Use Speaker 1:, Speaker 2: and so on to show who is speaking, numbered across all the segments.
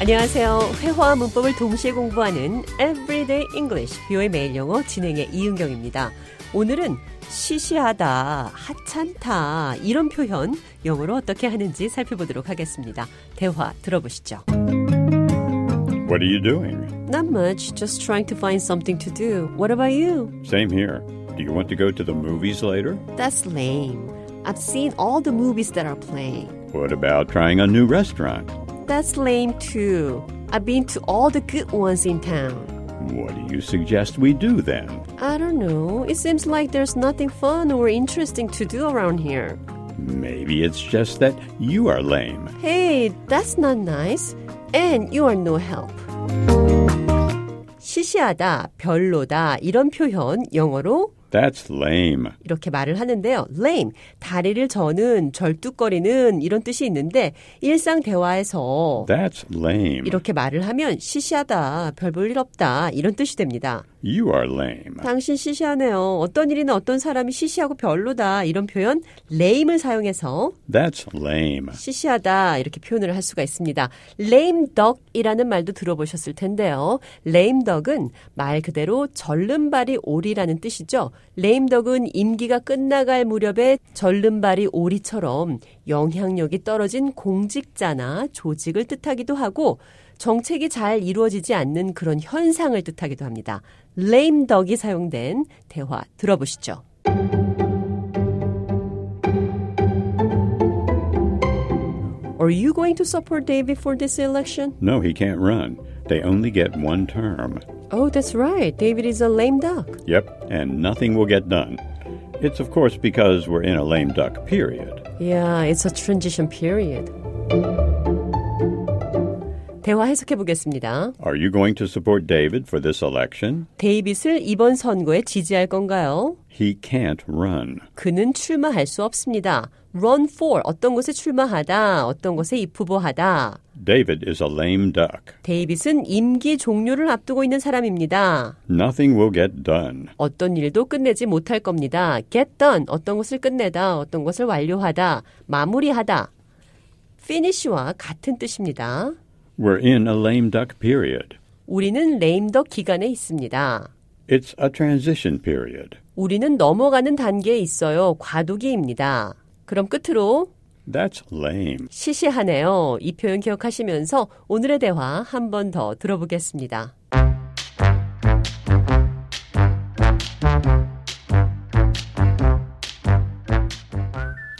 Speaker 1: 안녕하세요. 회화와 문법을 동시에 공부하는 Everyday English, 뷰의 매일 영어 진행의 이은경입니다. 오늘은 시시하다, 하찮다, 이런 표현 영어로 어떻게 하는지 살펴보도록 하겠습니다. 대화 들어보시죠.
Speaker 2: What are you doing?
Speaker 1: Not much, just trying to find something to do. What about you?
Speaker 2: Same here. Do you want to go to the movies later?
Speaker 1: That's lame. I've seen all the movies that are playing.
Speaker 2: What about trying a new restaurant?
Speaker 1: That's lame too. I've been to all the good ones in town.
Speaker 2: What do you suggest we do then?
Speaker 1: I don't know. It seems like there's nothing fun or interesting to do around here.
Speaker 2: Maybe it's just that you are lame.
Speaker 1: Hey, that's not nice. And you are no help. 시시하다, 별로다 이런 표현 영어로
Speaker 2: That's lame.
Speaker 1: 이렇게 말을 하는데요. lame, 다리를 저는, 절뚝거리는 이런 뜻이 있는데 일상 대화에서
Speaker 2: That's lame.
Speaker 1: 이렇게 말을 하면 시시하다, 별 볼 일 없다 이런 뜻이 됩니다.
Speaker 2: You are lame.
Speaker 1: 당신 시시하네요. 어떤 일이나 어떤 사람이 시시하고 별로다 이런 표현 lame을 사용해서
Speaker 2: That's lame.
Speaker 1: 시시하다 이렇게 표현을 할 수가 있습니다. lame duck이라는 말도 들어보셨을 텐데요. lame duck은 말 그대로 절름발이 오리라는 뜻이죠. lame duck은 임기가 끝나갈 무렵에 절름발이 오리처럼 영향력이 떨어진 공직자나 조직을 뜻하기도 하고 정책이 잘 이루어지지 않는 그런 현상을 뜻하기도 합니다. lame duck이 사용된 대화 들어보시죠. Are you going to support David for this election?
Speaker 2: No, he can't run. They only get one term.
Speaker 1: Oh, that's right. David is a lame duck.
Speaker 2: Yep, and nothing will get done. It's, of course, because we're in a lame duck period.
Speaker 1: Yeah, it's a transition period. 대화 해석해 보겠습니다.
Speaker 2: Are you going to support David for this election?
Speaker 1: 데이빗을 이번 선거에 지지할 건가요?
Speaker 2: He can't run.
Speaker 1: 그는 출마할 수 없습니다. run for 어떤 곳에 출마하다, 어떤 곳에 입후보하다.
Speaker 2: David is a lame duck.
Speaker 1: 데이빗은 임기 종료를 앞두고 있는 사람입니다.
Speaker 2: Nothing will get done.
Speaker 1: 어떤 일도 끝내지 못할 겁니다. get done 어떤 것을 끝내다, 어떤 것을 완료하다, 마무리하다. finish와 같은 뜻입니다.
Speaker 2: We're in a lame duck period.
Speaker 1: 우리는 레임덕 기간에 있습니다.
Speaker 2: It's a transition period.
Speaker 1: 우리는 넘어가는 단계에 있어요. 과도기입니다. 그럼 끝으로
Speaker 2: That's lame.
Speaker 1: 시시하네요. 이 표현 기억하시면서 오늘의 대화 한 번 더 들어보겠습니다.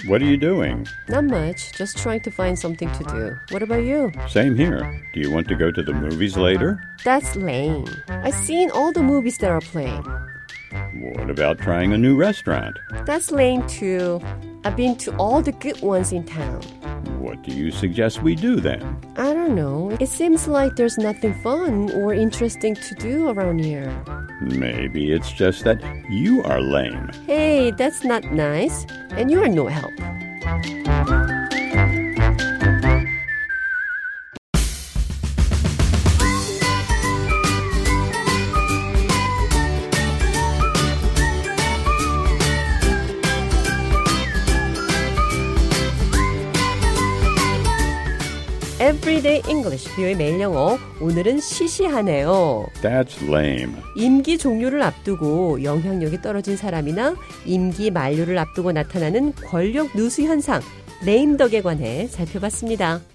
Speaker 2: What are you doing?
Speaker 1: Not much. Just trying to find something to do. What about you?
Speaker 2: Same here. Do you want to go to the movies later?
Speaker 1: That's lame. I've seen all the movies that are playing.
Speaker 2: What about trying a new restaurant?
Speaker 1: That's lame too. I've been to all the good ones in town.
Speaker 2: What do you suggest we do then?
Speaker 1: I don't know. It seems like there's nothing fun or interesting to do around here.
Speaker 2: Maybe it's just that you are lame.
Speaker 1: Hey, that's not nice. And you are no help. Everyday English, 비의 매일 영어. 오늘은 시시하네요.
Speaker 2: That's lame.
Speaker 1: 임기 종료를 앞두고 영향력이 떨어진 사람이나 임기 만료를 앞두고 나타나는 권력 누수 현상, 레임덕에 관해 살펴봤습니다.